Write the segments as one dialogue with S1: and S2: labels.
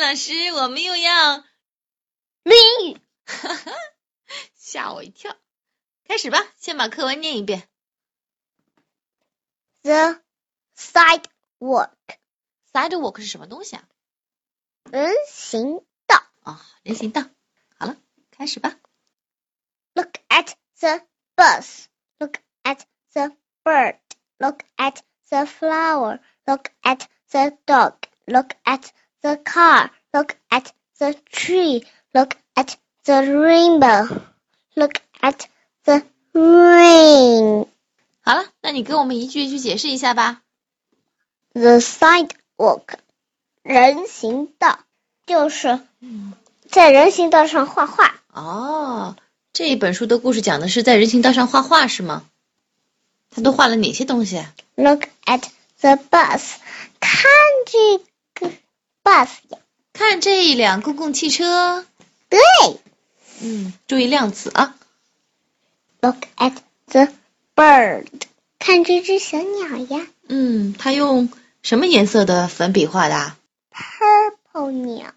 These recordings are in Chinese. S1: 老师，我们又要
S2: 淋雨。
S1: 吓我一跳。开始吧，先把课文念一遍。
S2: The sidewalk，
S1: Sidewalk 是什么东西啊？
S2: 人行。
S1: 啊，人行道。好了，开始吧。
S2: Look at the bus. Look at the bird. Look at the flower. Look at the dog. Look at the car. Look at the tree. Look at the rainbow. Look at the rain.
S1: 好了，那你给我们一句一句解释一下吧。
S2: The sidewalk，人行道，就是
S1: 嗯，
S2: 在人行道上画画。
S1: 哦，这一本书的故事讲的是在人行道上画画是吗？他都画了哪些东西啊？
S2: Look at the bus，看这个 bus 呀，
S1: 看这一辆公共汽车。
S2: 对。
S1: 嗯，注意量词啊。
S2: Look at the bird，看这只小鸟呀
S1: 嗯，他用什么颜色的粉笔画的啊？
S2: ，purple 鸟。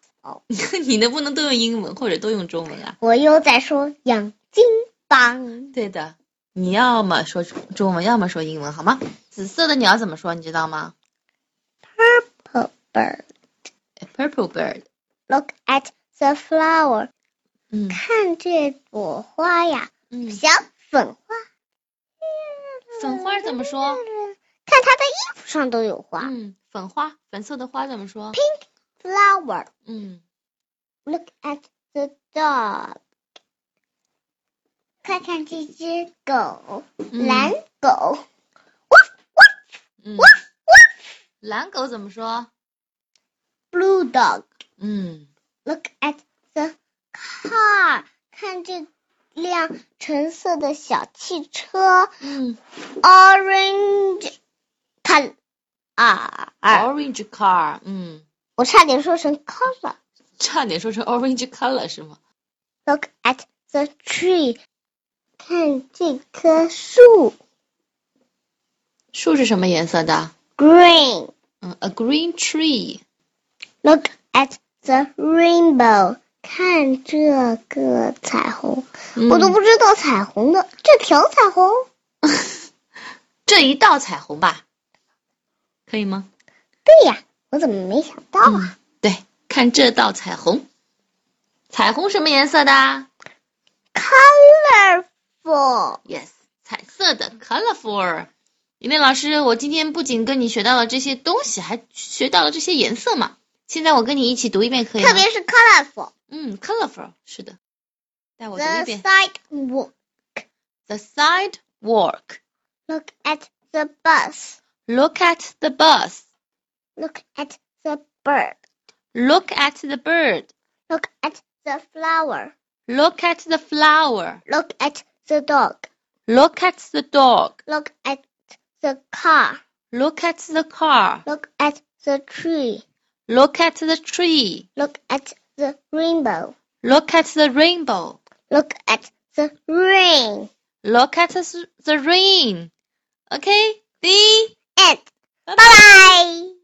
S1: 你能不能都用英文或者都用中文啊？
S2: 我又在说养金榜
S1: 对的，你要么说中文，要么说英文，好吗？紫色的鸟怎么说？你知道吗
S2: ，purple bird。
S1: A？Purple bird。
S2: Look at the flower，
S1: 嗯
S2: 看这朵花呀，
S1: 嗯，
S2: 小粉花。
S1: 粉花怎么说？
S2: 看它的衣服上都有花。
S1: 嗯，粉花，粉色的花怎么说？
S2: Flower。
S1: 嗯
S2: Look at the dog，快看这只狗，
S1: 嗯，
S2: 蓝狗。
S1: 嗯，蓝狗怎么说？
S2: Blue dog。
S1: 嗯
S2: Look at the car，看这辆橙色的小汽车
S1: 嗯
S2: ，orange color。
S1: ，orange car，嗯，
S2: 我差点说成 color。
S1: 差点说成 orange color 是吗？
S2: Look at the tree，看这棵树
S1: 树是什么颜色的？
S2: ，green。
S1: 嗯，a green tree。
S2: Look at the rainbow，看这个彩虹，
S1: 嗯
S2: 我都不知道彩虹的这条彩虹。
S1: 这一道彩虹吧，可以吗？
S2: 对呀，我怎么没想到啊？
S1: 嗯，对，看这道彩虹，彩虹什么颜色的啊
S2: Colorful。
S1: ？Yes，彩色的，colorful。李丽老师，我今天不仅跟你学到了这些东西，还学到了这些颜色嘛。现在我跟你一起读一遍，可以吗？
S2: 特别是 colorful。
S1: 嗯，colorful，是的。带我读一
S2: The
S1: 遍
S2: sidewalk.
S1: The sidewalk.
S2: Look at the bus.
S1: Look at the bus.
S2: Look at the bird.
S1: Look at the bird.
S2: Look at the flower.
S1: Look at the flower.
S2: Look at the dog.
S1: Look at the dog.
S2: Look at the car.
S1: Look at the car.
S2: Look at the tree.
S1: Look at the tree.
S2: Look at the rainbow.
S1: Look at the rainbow.
S2: Look at the rain.
S1: Look at the the rain. OK，第一。
S2: And bye bye.